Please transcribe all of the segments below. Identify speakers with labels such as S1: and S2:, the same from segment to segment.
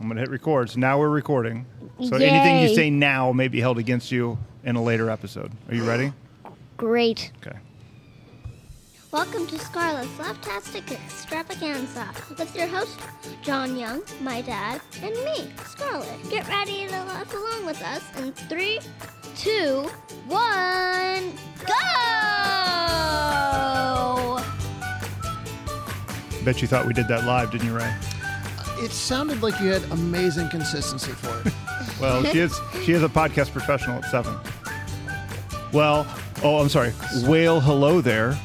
S1: I'm going to hit record. So now we're recording. So anything you
S2: Yay.
S1: say now may be held against you in a later episode. Are you ready?
S2: Great.
S1: Okay.
S3: Welcome to Scarlet's Laptastic Extravaganza with your host, John Young, my dad, and me, Scarlet. Get ready to laugh along with us in three, two, one, go!
S1: Bet you thought we did that live, didn't you, Ray?
S4: It sounded like you had amazing consistency for it.
S1: Well, she is she is a podcast professional at seven. Well, oh, I'm sorry. Whale, hello there.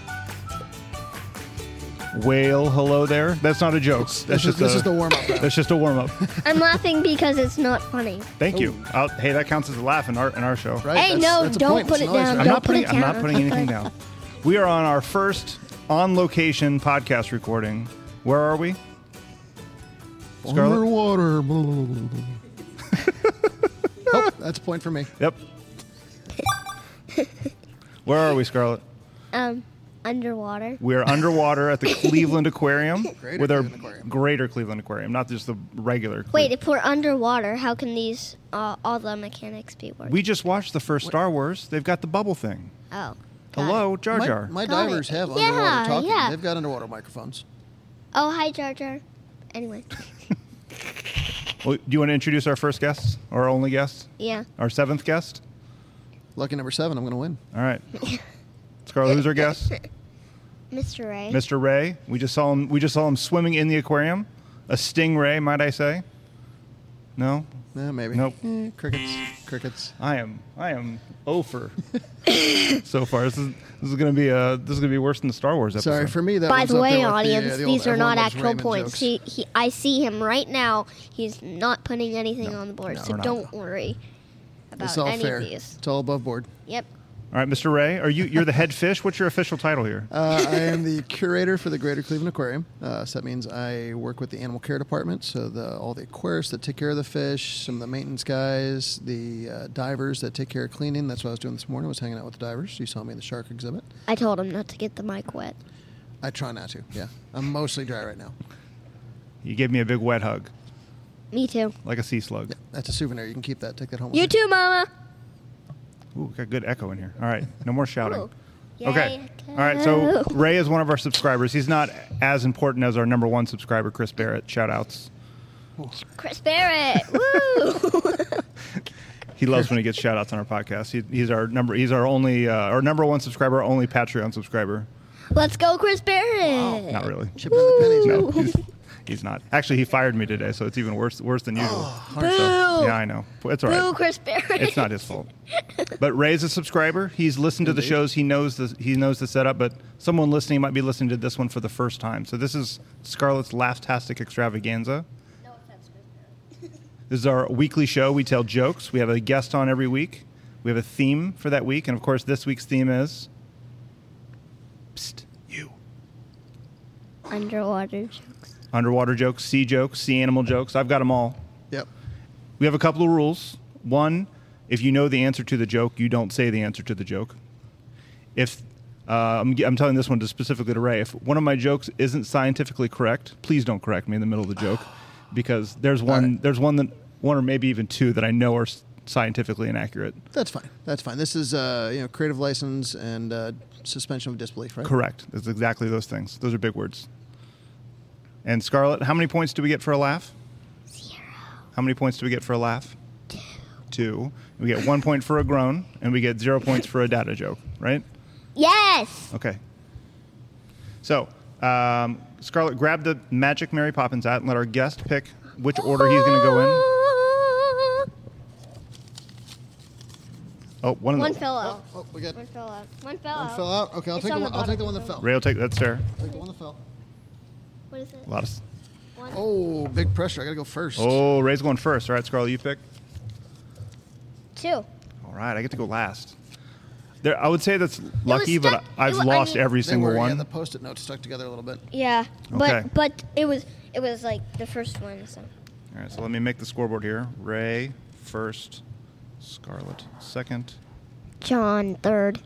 S1: Whale, hello there. That's not a joke. That's
S4: this is-
S1: just
S4: this
S1: a,
S4: is the warm-up round.
S1: That's just a warm up.
S2: I'm laughing because it's not funny.
S1: Thank you. I'll, hey, that counts as a laugh in our in our show.
S4: Oh. Right?
S2: Hey, no,
S4: a
S2: don't
S4: point.
S2: put
S4: It's
S2: it
S4: noise,
S2: down.
S1: I'm
S4: right?
S2: Don't
S1: not
S2: put
S1: putting
S2: it
S1: I'm not
S2: down.
S1: putting anything down. We are on our first on location podcast recording. Where are we? Scarlet?
S4: Underwater. blah, blah, blah, blah, blah. oh, that's a point for me.
S1: Yep. Where are we, Scarlett?
S2: Um, underwater.
S1: We are underwater at the Cleveland Aquarium
S4: Greater
S1: with our
S4: Cleveland Aquarium.
S1: Greater Cleveland Aquarium, not just the regular. Cle-
S2: Wait, if we're underwater, how can these uh, all the mechanics be working?
S1: we just watched the first Star Wars. They've got the bubble thing.
S2: oh, got it.
S1: Hello, Jar
S4: My-
S1: Jar.
S4: My,
S2: Got it.
S4: divers have
S2: Yeah,
S4: underwater talking.
S2: yeah.
S4: They've got underwater microphones.
S2: Oh, hi, Jar Jar. Anyway,
S1: Well, do you want to introduce our first guest, our only guest,
S2: yeah.
S1: our seventh guest?
S4: Lucky number seven, I'm going to win.
S1: All right, Scarlett, who's our guest?
S2: Mr. Ray.
S1: Mr. Ray. We just saw him. We just saw him swimming in the aquarium. A stingray, might I say? No,
S4: Eh, maybe.
S1: nope.
S4: Crickets. Crickets.
S1: I am I am over so far. This is this is gonna be uh this is gonna be worse than the Star Wars episode.
S4: Sorry, for me, that
S2: By
S4: one's
S2: the
S4: up there
S2: way,
S4: with
S2: audience,
S4: the, uh, the old
S2: these are
S4: everyone
S2: not
S4: loves
S2: actual
S4: Raymond
S2: points.
S4: jokes.
S2: He, he, I see him right now. He's not putting anything on the board,
S1: no,
S2: so
S1: we're not.
S2: don't worry about
S4: it's all
S2: any
S4: fair.
S2: of these.
S4: It's all above board.
S2: Yep.
S1: All right, Mr. Ray, are you you're the head fish? What's your official title here?
S4: Uh, I am the curator for the Greater Cleveland Aquarium. Uh, so that means I work with the animal care department. So the, all the aquarists that take care of the fish, some of the maintenance guys, the uh, divers that take care of cleaning. That's what I was doing this morning. Was hanging out with the divers. You saw me in the shark exhibit.
S2: I told him not to get the mic wet.
S4: I try not to. Yeah, I'm mostly dry right now.
S1: You gave me a big wet hug,
S2: Me too.
S1: like a sea slug.
S4: That's a souvenir. You can keep that. Take that home. with
S2: You too, Mama.
S1: Ooh, got good echo in here. All right, no more shouting.
S2: Ooh.
S1: Okay.
S2: Yay,
S1: All right, so
S2: echo.
S1: Ray is one of our subscribers. He's not as important as our number one subscriber, Chris Barrett. Shout outs.
S2: Chris Barrett. Woo!
S1: He loves when he gets shout outs on our podcast. He, he's our number he's our only uh, our number one subscriber, only Patreon subscriber.
S2: Let's go, Chris Barrett.
S1: Not really.
S4: Chipping in the pennies.
S1: No, he's, he's not. Actually, he fired me today, so it's even worse worse than usual.
S2: Oh, Boo!
S1: Yeah, I know. It's all right.
S2: Boo, Chris Barrett.
S1: It's not his fault. But Ray's a subscriber. He's listened to the shows. He knows the he knows the setup. But someone listening might be listening to this one for the first time. So this is Scarlett's last tastic extravaganza. This is our weekly show. We tell jokes. We have a guest on every week. We have a theme for that week, and of course, this week's theme is. Psst, you.
S2: Underwater jokes.
S1: Underwater jokes, sea jokes, sea animal jokes. I've got them all.
S4: Yep.
S1: We have a couple of rules. One, if you know the answer to the joke, you don't say the answer to the joke. If uh, I'm, I'm telling this one to specifically to Ray, if one of my jokes isn't scientifically correct, please don't correct me in the middle of the joke, because there's one, there's one that one or maybe even two that I know are s- scientifically inaccurate.
S4: That's fine. That's fine. This is uh, you know creative license and uh, suspension of disbelief, right?
S1: Correct. That's exactly those things. Those are big words. And Scarlett, how many points do we get for a laugh? Zero. How many points do we get for a laugh? Two. Two. We get one point for a groan, and we get zero points for a data joke, right?
S2: Yes.
S1: Okay. So, um, Scarlett, grab the Magic Mary Poppins hat and let our guest pick which order he's going to go in. Oh, one of
S2: One
S1: the.
S2: fell out.
S4: Oh, we got
S2: One
S4: one
S2: fell out. One fell out.
S4: fell out. Okay, I'll
S2: It's
S4: take the
S2: on
S4: one.
S2: the
S4: I'll take the
S2: bottom.
S4: one that fell.
S1: Ray will take that's fair.
S4: I'll take the one that fell.
S2: What is it?
S1: A lot of. s-
S2: One.
S4: Oh, big pressure. I gotta go first.
S1: Oh, Ray's going first. All right, Scarlett, you pick.
S2: Two.
S1: All right, I get to go last. There, I would say that's lucky,
S2: was
S1: but
S2: stuck-
S1: I've
S2: it wa- I
S1: lost
S2: mean-
S1: every
S4: They
S1: single
S4: were,
S1: one.
S4: Yeah, the post-it notes stuck together a little bit.
S2: Yeah.
S1: Okay.
S2: But but it was it was like the first one. So
S1: All right, so let me make the scoreboard here. Ray first, Scarlet second,
S2: John third.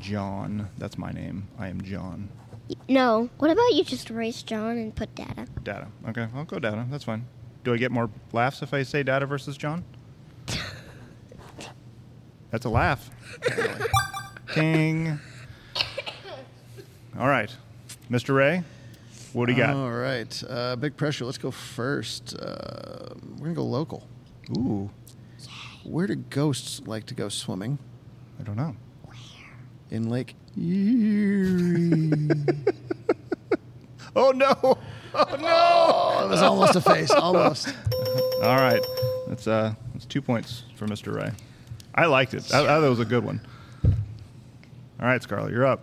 S1: John. That's my name. I am John.
S2: No. What about you just erase John and put Data?
S1: Data. Okay, I'll go data. That's fine. Do I get more laughs if I say Dada versus John? That's a laugh. Ting. All right, Mr. Ray, what do you got?
S4: All right. Uh, big pressure. Let's go first. Uh, we're going to go local.
S1: Ooh,
S4: Where do ghosts like to go swimming?
S1: I don't know.
S4: In Lake Erie.
S1: Oh no!
S4: oh, it was almost a face. Almost.
S1: All right, that's uh, that's two points for Mr. Ray. I liked it. I, I thought it was a good one. All right, Scarlett, you're up.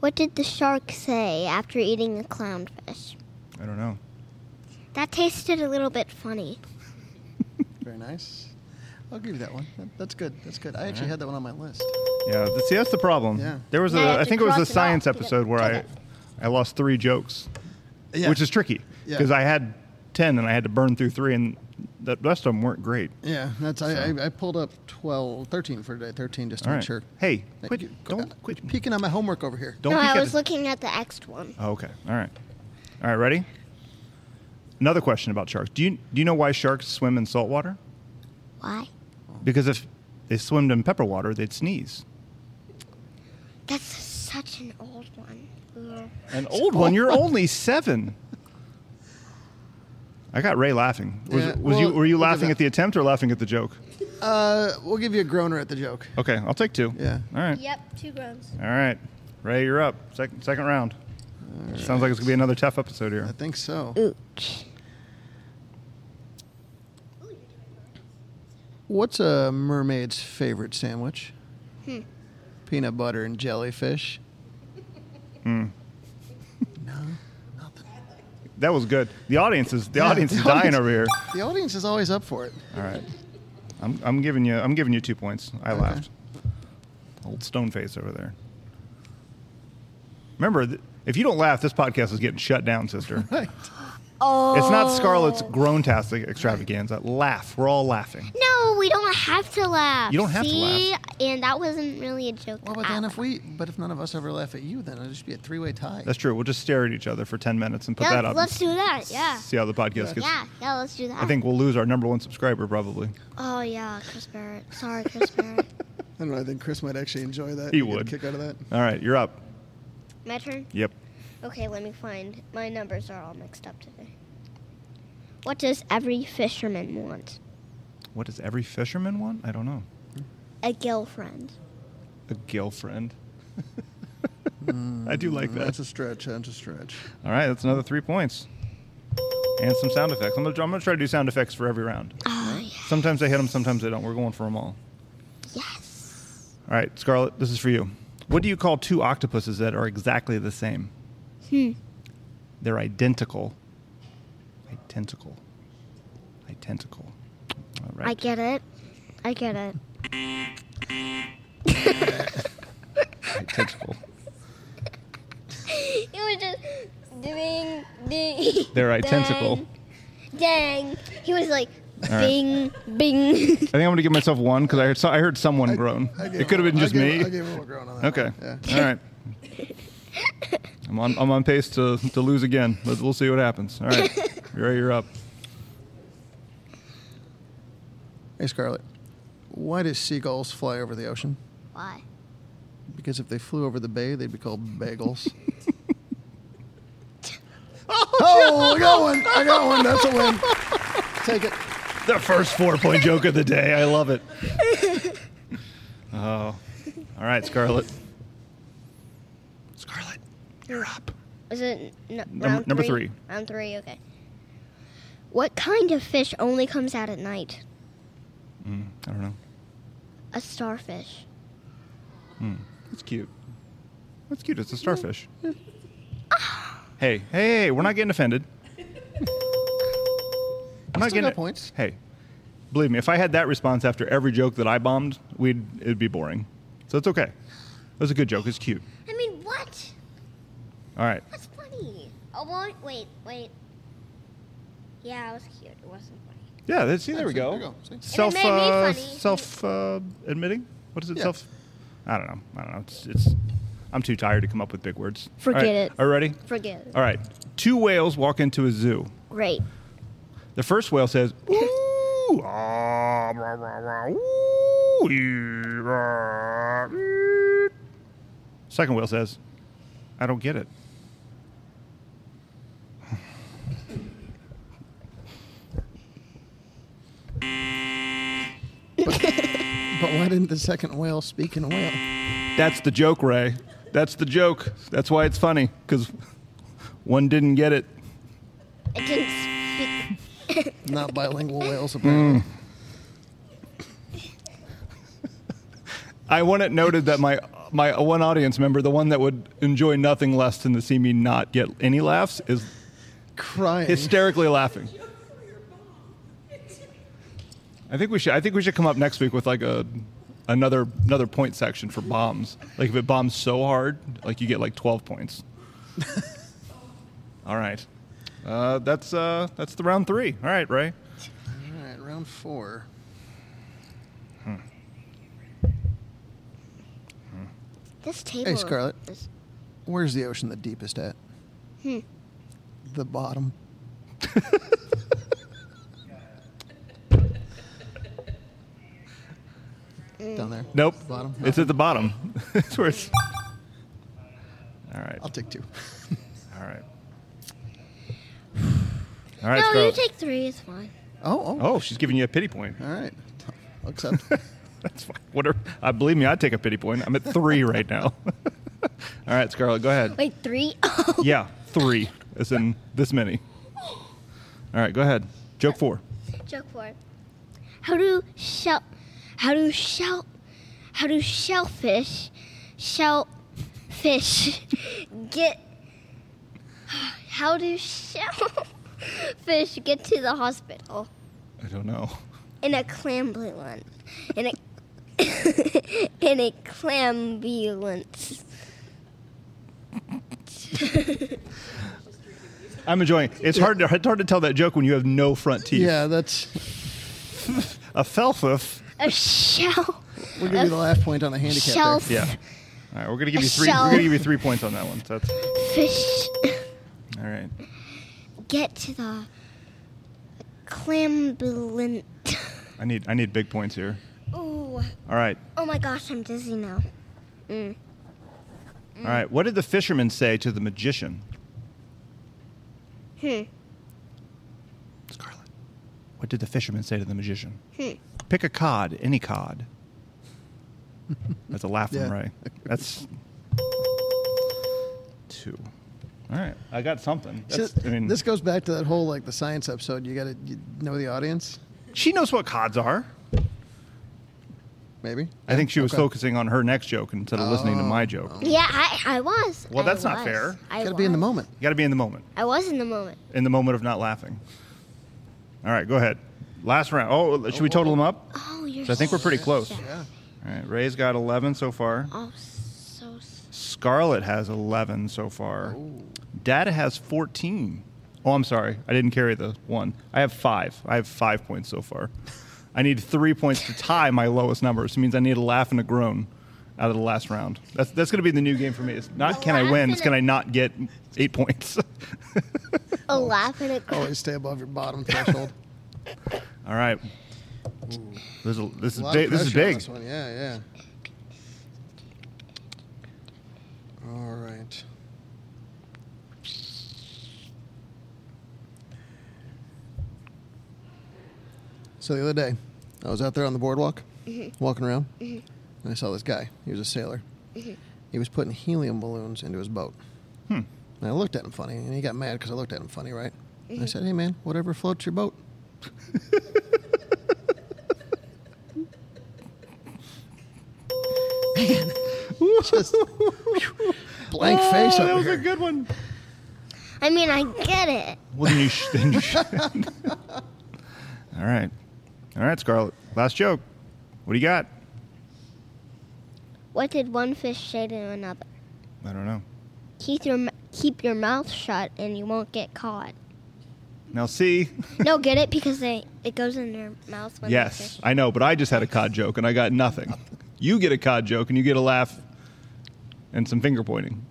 S2: What did the shark say after eating the clownfish?
S1: I don't know.
S2: That tasted a little bit funny.
S4: Very nice. I'll give you that one. That- That's good. That's good. I actually
S1: right.
S4: had that one on my list.
S1: Yeah, th- see, that's the problem.
S4: Yeah.
S1: There was
S2: Now you
S1: a,
S2: have
S1: I
S2: to
S1: think it was a
S2: cross it
S1: science
S2: off to get-
S1: episode where
S2: get
S1: I,
S2: it.
S1: I lost three jokes,
S4: Yeah.
S1: which is tricky
S4: Yeah.
S1: because I had ten and I had to burn through three, and the rest of them weren't great.
S4: Yeah, that's I,
S1: So.
S4: I, I pulled up 12, 13 for today, 13 just to
S1: All
S4: make
S1: right.
S4: sure.
S1: Hey,
S4: Thank
S1: quit!
S4: you.
S1: Don't quit!
S4: Peeking on my homework over here.
S1: Don't
S2: no,
S1: peek
S2: I
S1: at
S2: was
S1: it.
S2: looking at the next one.
S1: Oh, okay. All right. All right. Ready? Another question about sharks. Do you do you know why sharks swim in salt water?
S2: Why?
S1: Because if they swimmed in pepper water, they'd sneeze.
S2: That's such an old one. Ugh.
S1: An old one. You're only seven. I got Ray laughing. Was,
S4: Yeah,
S1: was
S4: well,
S1: you were you
S4: look at
S1: laughing
S4: that.
S1: at the attempt or laughing at the joke?
S4: Uh, we'll give you a groaner at the joke.
S1: Okay, I'll take two.
S4: Yeah.
S1: All right.
S3: Yep, two groans.
S1: All right. Ray, you're up. Second second round. Sounds like it's gonna be another tough episode
S4: I
S1: here.
S4: think so.
S2: Ouch.
S4: What's a mermaid's favorite sandwich? Peanut butter and jellyfish. no, nothing.
S1: That was good. The audience is the
S4: Yeah,
S1: audience
S4: the
S1: is dying
S4: audience-
S1: over here.
S4: The audience is always up for it.
S1: All right. I'm, I'm giving you I'm giving you two points. I
S4: Okay.
S1: laughed. Old stone face over there. Remember, th- if you don't laugh, this podcast is getting shut down, sister.
S4: Right.
S2: Oh.
S1: It's not Scarlett's grown-tastic extravaganza. Laugh. We're all laughing.
S2: No, we don't have to laugh.
S1: You don't have to
S2: See? And that wasn't really a joke.
S4: Well, but then if we, but if none of us ever laugh at you, then it'll just be a three-way tie.
S1: That's true. We'll just stare at each other for 10 minutes and put
S2: yeah,
S1: that up.
S2: let's do that. Yeah.
S1: See how the podcast gets.
S2: Yeah, yeah, let's do that.
S1: I think we'll lose our number one subscriber probably.
S2: Oh yeah, Chris Barrett. Sorry, Chris Barrett.
S4: I don't know. I think Chris might actually enjoy that.
S1: He
S4: and get a
S1: would.
S4: kick out of that.
S1: All right, you're up.
S2: My turn.
S1: Yep.
S2: Okay, let me find. My numbers are all mixed up today. What does every fisherman want?
S1: What does every fisherman want? I don't know.
S2: A girlfriend.
S1: A girlfriend. I do like that.
S4: That's a stretch. That's a stretch.
S1: All right, that's another three points. And some sound effects. I'm gonna, I'm gonna try to do sound effects for every round.
S2: Oh yeah.
S1: Sometimes they hit them, sometimes they don't. We're going for them all.
S2: Yes.
S1: All right, Scarlett, this is for you. What do you call two octopuses that are exactly the same?
S2: Hmm.
S1: They're identical. Identical. Identical. All right.
S2: I get it. I get it.
S1: Identical.
S3: It was just ding, ding.
S1: They're identical.
S3: Dang.
S2: He was like,
S1: right.
S2: Bing, Bing.
S1: I think I'm gonna give myself one because I heard so- I heard someone groan.
S4: I gave
S1: it could have
S4: him-
S1: been
S4: I
S1: just
S4: gave-
S1: me.
S4: I gave him a groan on that.
S1: Okay.
S4: one. Yeah.
S1: All right. I'm on, I'm on pace to, to lose again. But we'll see what happens. All right. Ray, you're up.
S4: Hey, Scarlett. Why do seagulls fly over the ocean?
S2: Why?
S4: Because if they flew over the bay, they'd be called bagels. oh, I got one. I got one. That's a win. Take it.
S1: The first four point joke of the day. I love it. Oh. All right, Scarlet. Scarlet, you're up.
S2: Was it n-
S1: Number-
S2: round
S1: number three.
S2: Round three. Okay. What kind of fish only comes out at night?
S1: I don't know.
S2: A starfish.
S1: That's cute. That's cute. It's a starfish. hey, hey, hey, we're not getting offended. We're not
S4: Still got points.
S1: Hey, believe me, if I had that response after every joke that I bombed, we'd it'd be boring. So it's okay. It was a good joke. It's cute.
S3: I mean, what?
S1: All right.
S3: That's funny. Oh, well, wait, wait. Yeah, it was cute. It wasn't funny.
S1: Yeah. That's, see, there we
S4: There
S1: go.
S4: you go. See? And it
S1: Self,
S3: made me
S1: uh,
S3: funny.
S1: self uh, admitting. What is it?
S4: Yeah.
S1: Self. I don't know. I don't know. It's, it's. I'm too tired to come up with big words. All right.
S2: Forget it.
S1: Are you ready?
S2: Forget. it.
S1: All right. Two whales walk into a zoo.
S2: Great.
S1: The first whale says, "Ooh, ah, rah, rah, rah, ooh, ee, rah, ee." Second whale says, "I don't get it."
S4: But why didn't the second whale speak in a whale?
S1: That's the joke, Ray. That's the joke. That's why it's funny because one didn't get it.
S2: It didn't speak.
S4: Not bilingual whales, apparently.
S1: I want it noted that my my one audience member, the one that would enjoy nothing less than to see me not get any laughs, is
S4: Crying.
S1: hysterically laughing. I think we should. I think we should come up next week with like a another another point section for bombs. Like if it bombs so hard, like you get like twelve points. All right, uh, that's uh, that's the round three. All right, Ray.
S4: All right, round four.
S2: This table.
S4: Scarlett.
S2: is-
S4: Where's the ocean the deepest at?
S2: Hmm.
S4: The bottom. Down there.
S1: Nope,
S4: Bottom.
S1: it's at the bottom. it's where it's. All right.
S4: I'll take two.
S1: All right. All right,
S2: no,
S1: Scarlett.
S2: you take three. It's fine.
S4: Oh, oh.
S1: oh, she's giving you a pity point.
S4: All right. I'll accept.
S1: That's fine. Whatever. I believe me, I take a pity point. I'm at three right now. All right, Scarlett, go ahead.
S2: Wait, three? Oh.
S1: Yeah, three, as in this many. All right, go ahead. Joke four.
S2: Joke four. How do shell? How do shell? How do shellfish? Shellfish get? How do shellfish get to the hospital
S1: I don't know.
S2: in a clambulance? In a in a clambulance.
S1: I'm enjoying. It. It's hard to it's hard to tell that joke when you have no front teeth.
S4: yeah, that's.
S1: A felfif.
S2: A shell.
S4: We'll give you the last point on the handicap.
S2: Shell
S4: There.
S1: Yeah. All right, we're gonna give you three. We're
S2: Shell.
S1: gonna give you three points on that one. So that's
S2: fish
S1: all right.
S2: get to the clambulance.
S1: I need I need big points here.
S2: Ooh.
S1: All right,
S2: Oh my gosh, I'm dizzy now. Mm.
S1: all right. What did the fisherman say to the magician?
S2: Hmm.
S1: Scarlet. What did the fisherman say to the magician?
S2: Hmm.
S1: Pick a cod, any cod. That's a laugh
S4: Yeah.
S1: from Ray. That's two. All right, I got something.
S4: So
S1: That's, I mean,
S4: this goes back to that whole like the science episode. You got to know the audience,
S1: she knows what cods are.
S4: maybe.
S1: I think she was
S4: Okay. Oh.
S1: focusing on her next joke instead of listening to my joke. You
S2: Yeah, I, I was.
S1: Well,
S2: I
S1: that's not
S2: was.
S1: fair.
S2: I
S4: You got to be in the
S2: was.
S4: moment.
S1: got to be in the moment,
S2: I was in the moment.
S1: in the moment of not laughing. All right, go ahead. Last round. Oh, should we total them up?
S2: Oh, you're.
S1: So I think we're pretty
S2: so
S1: close.
S2: sad.
S4: Yeah.
S1: All right, Ray's got 11 so far.
S2: Oh, so. s-
S1: Scarlet has 11 so far. Data has 14. Oh, I'm sorry. I didn't carry the one. I have five. I have five points so far. I need three points to tie my lowest number. So it means I need a laugh and a groan out of the last round. That's, that's going to be the new game for me. It's not can I
S2: laugh
S1: win,
S2: and
S1: it's
S2: a-
S1: can I not get eight points.
S2: A Oh, laugh and a
S1: Oh.
S2: cry.
S4: Always stay above your bottom threshold.
S1: All right. This is, this is
S4: A lot of
S1: big. This is
S4: pressure on
S1: big.
S4: this one. Yeah, yeah. All right. So the other day, I was out there on the boardwalk, walking around, and I saw this guy. He was a sailor. He was putting helium balloons into his boat.
S1: Hmm.
S4: And I looked at him funny, and he got mad because I looked at him funny, right? And I said, "Hey, man, whatever floats your boat." Just blank
S1: Oh,
S4: face
S1: That
S4: over
S1: was a
S4: here.
S1: good one.
S2: I mean, I get it.
S1: Well, then you sh- then you sh- All right. All right, Scarlet. Last joke. What do you got?
S2: What did one fish say to another?
S1: I don't know.
S2: Keep your m- keep your mouth shut and you won't get caught.
S1: Now, see?
S2: no, get it because they it goes in their mouth when they
S1: yes,
S2: fish.
S1: I know, but I just had a cod joke and I got nothing. You get a cod joke and you get a laugh and some finger pointing.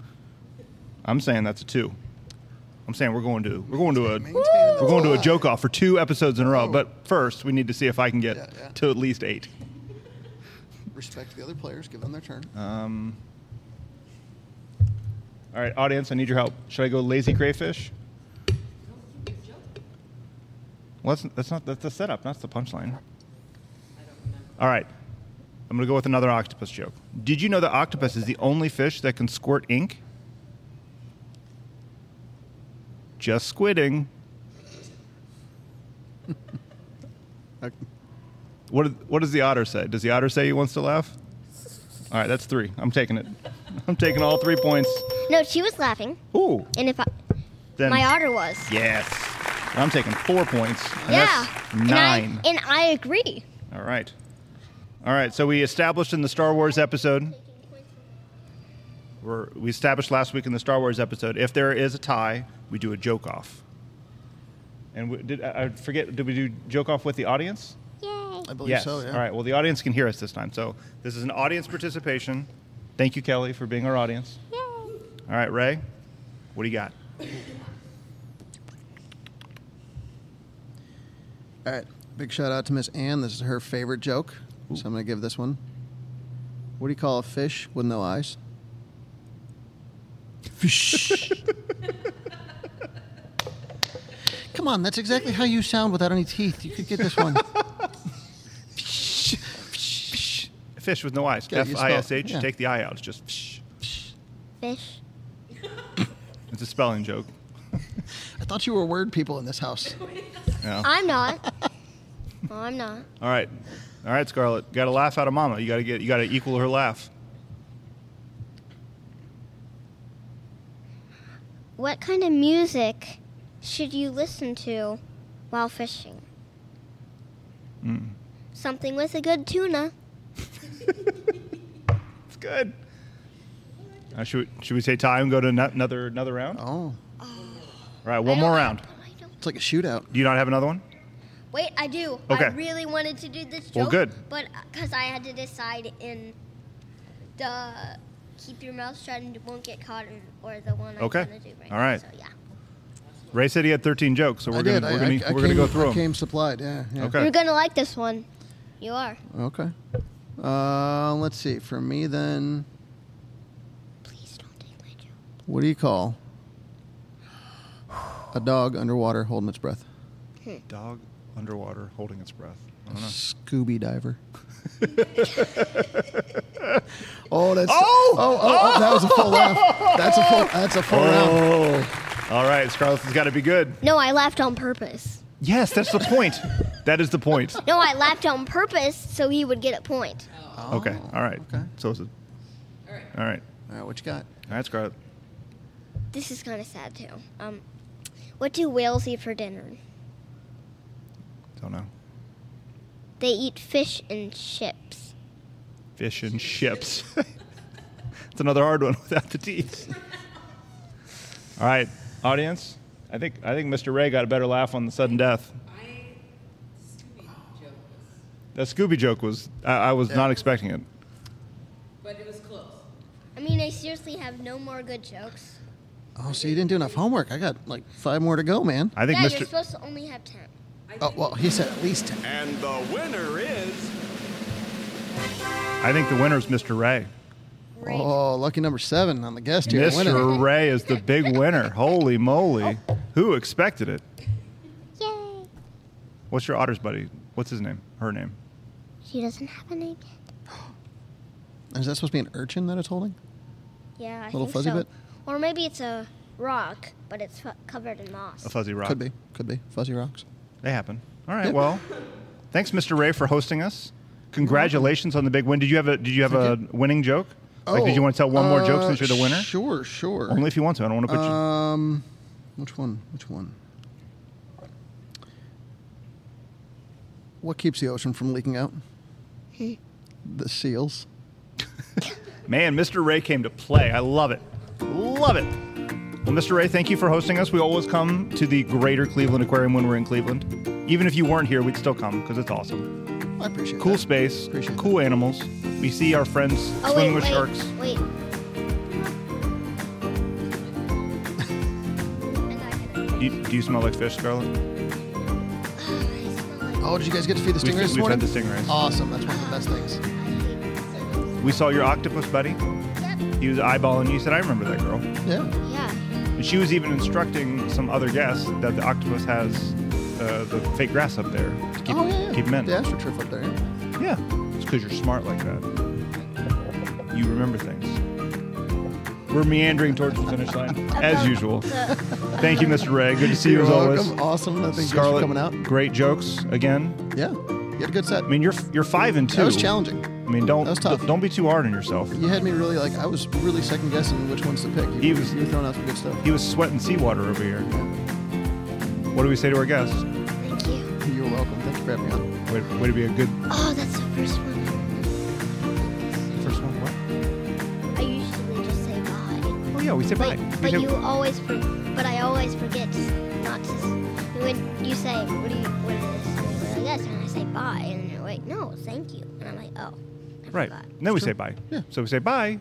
S1: I'm saying that's a two. I'm saying we're going to we're going to a
S4: Maintain the
S1: we're going to a
S4: line.
S1: joke off for two episodes in a row.
S4: Whoa.
S1: But first, we need to see if I can get
S4: Yeah, yeah.
S1: to at least eight.
S4: Respect the other players. Give them their turn.
S1: Um, all right, audience, I need your help. Should I go lazy crayfish? Well, that's, that's not that's the setup. That's the punchline. All right, I'm gonna go with another octopus joke. Did you know that octopus is the only fish that can squirt ink? Just squidding. Uh,
S4: Okay.
S1: What did- what does the otter say? Does the otter say he wants to laugh? All right, that's three. I'm taking it. I'm taking all three points.
S2: No, she was laughing,
S1: Ooh.
S2: and if I,
S1: Then
S2: my otter was.
S1: Yes. And I'm taking four points. and
S2: Yeah.
S1: that's
S2: And I-
S1: nine.
S2: And I, agree.
S1: All right. All right. So we established in the Star Wars episode. We're, we established last week in the Star Wars episode. If there is a tie, we do a joke off. And we, did I I forget? Did we do joke off with the audience?
S3: Yay.
S4: I believe so. Yeah.
S1: All right. Well, the audience can hear us this time. So this is an audience participation. Thank you, Kelly, for being our audience.
S3: Yay.
S1: All right, Ray. What do you got?
S4: All right. Big shout out to Miss Anne. This is her favorite joke. So I'm going to give this one. What do you call a fish with no eyes? Fish. Come on, that's exactly how you sound without any teeth. You could get this one.
S1: Fish with no eyes.
S4: Yeah, you
S1: F
S4: spell-
S1: I S H.
S4: yeah.
S1: Take the I out. It's just. Psh.
S2: Fish.
S1: It's a spelling joke.
S4: I thought you were word people in this house.
S1: Yeah.
S2: I'm not. no, I'm not.
S1: All right, all right, Scarlett. Got to laugh out of Mama. You got to get. You got to equal her laugh.
S2: What kind of music should you listen to while fishing?
S1: Hmm.
S2: Something with a good tuna.
S1: It's good. Uh, should we, should we say time? Go to no- another another round. All
S4: Oh,
S1: right, one more round.
S4: it's like a shootout.
S1: Do you not have another one?
S2: Wait, I do.
S1: Okay.
S2: I really wanted to do this joke.
S1: Well, good.
S2: But because I had to decide in the keep your mouth shut and won't get caught, in, or the one
S1: Okay.
S2: I'm gonna do right
S1: All
S2: now,
S1: right.
S2: So yeah.
S1: Ray said he had 13 jokes, so
S4: I
S1: we're
S4: did.
S1: gonna
S4: I-
S1: we're gonna
S4: I, I
S1: we're gonna
S4: came,
S1: go through
S4: I
S1: them.
S4: came supplied. Yeah. yeah.
S1: Okay.
S2: You're gonna like this one. You are.
S4: Okay. Uh, let's see. For me, then,
S2: Please don't take my joke.
S4: what do you call a dog underwater holding its breath?
S1: Dog underwater, holding its breath. I don't know.
S4: Scooby diver. oh, that's
S1: Oh!
S4: oh, oh, oh, that was a full laugh. That's a full. That's a full round.
S1: Oh. All right, Scarlett has got to be good.
S2: No, I laughed on purpose.
S1: Yes, that's the point. That is the point.
S2: No, I laughed on purpose so he would get a point.
S1: Okay. All right.
S4: Oh, Okay.
S1: So is it. All right.
S4: All right, what you got?
S1: All right, Scarlett.
S2: This is kind of sad too. Um, what do whales eat for dinner?
S1: Don't know.
S2: They eat fish and chips.
S1: Fish and chips. It's another hard one without the teeth. All right, audience. I think I think Mr. Ray got a better laugh on the sudden death.
S5: I Scooby joke was,
S1: That Scooby joke was I, I was not expecting it.
S5: but it was close.
S2: I mean, I seriously have no more good jokes.
S4: Oh, so you didn't do enough homework. I got like five more to go, man.
S1: I think
S2: yeah, you're
S1: Mr.
S2: supposed to only have ten.
S4: Oh well, he said at least ten.
S6: And the winner is.
S1: I think the winner is Mr. Ray.
S2: Great.
S4: Oh, lucky number seven on the guest here. winner.
S1: Mr. Ray is the big winner. Holy moly! Who expected it?
S3: Yay.
S1: What's your otter's buddy? What's his name? Her name?
S3: She doesn't have a name yet.
S4: Is that supposed to be an urchin that it's holding?
S2: Yeah, I
S4: Little
S2: think
S4: fuzzy
S2: so.
S4: bit?
S2: Or maybe it's a rock, but it's fu- covered in moss.
S1: A fuzzy rock.
S4: Could be. Could be. Fuzzy rocks.
S1: They happen. All right. Well, thanks, Mr. Ray, for hosting us. Congratulations on the big win. Did you have a Did you have a
S4: Thank
S1: winning joke? like, did you want to tell one more joke
S4: uh,
S1: since you're the winner?
S4: Sure, sure.
S1: Only if you want to. I don't want to put you.
S4: Um, which one? Which one? What keeps the ocean from leaking out? the seals.
S1: Man, Mr. Ray came to play. I love it. Love it. Well, Mr. Ray, thank you for hosting us. We always come to the Greater Cleveland Aquarium when we're in Cleveland. Even if you weren't here, we'd still come because it's awesome.
S4: I appreciate
S1: Cool
S4: that.
S1: space,
S4: Appreciate
S1: cool animals. We see our friends
S2: oh
S1: swimming
S2: wait,
S1: with
S2: wait,
S1: sharks.
S2: wait. And I can-
S1: You, do you smell like fish, Scarlet?
S4: Oh, did you guys get to feed the
S1: We've-
S4: stingers this
S1: we've had
S4: morning?
S1: the stingrays.
S4: Awesome. That's one of the best things.
S1: We saw your octopus buddy.
S2: Yep.
S1: He was eyeballing you. He said, I remember that girl.
S4: Yeah.
S2: Yeah.
S1: And she was even instructing some other guests that the octopus has uh, the fake grass up there to keep,
S4: oh, yeah.
S1: keep them in.
S4: The astroturf up there. yeah.
S1: Yeah. It's because you're smart like that. You remember things. We're meandering towards the finish line, as usual. Thank you, Mr. Ray. Good to see you
S4: You're
S1: as always.
S4: welcome. Awesome. I think
S1: Scarlet,
S4: you guys for coming out.
S1: great jokes again.
S4: Yeah. You had a good set.
S1: I mean, you're you're five and two.
S4: That was challenging.
S1: I mean, don't
S4: That was tough.
S1: don't be too hard on yourself.
S4: You had me really like I was really second guessing which ones to pick. You,
S1: He was-
S4: you were throwing out some good stuff.
S1: He was sweating seawater over here. What do we say to our guests?
S2: Thank you.
S4: You're welcome. Thank you for having me on.
S1: Way, way to be a good
S2: Oh, that's the first one.
S1: first one. What?
S2: I usually just say bye.
S1: Oh yeah, we say bye.
S2: But,
S1: We
S2: but
S1: say-
S2: you always, for, but I always forget to, s- not to. s- When you say, "What do you?" What is this? Like this, and I say bye, and you're like, "No, thank you," and I'm like, "Oh." I
S1: right.
S2: forgot."
S1: And then we say bye. Yeah. So we say bye.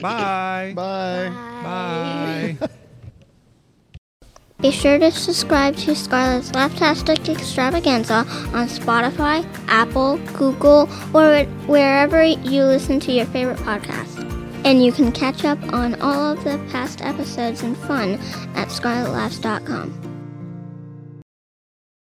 S1: bye.
S4: Bye.
S1: Bye.
S2: Be sure to subscribe to Scarlett's Laptastic Extravaganza on Spotify, Apple, Google, or wh- wherever you listen to your favorite podcast. And you can catch up on all of the past episodes and fun at scarlettlaughs.com.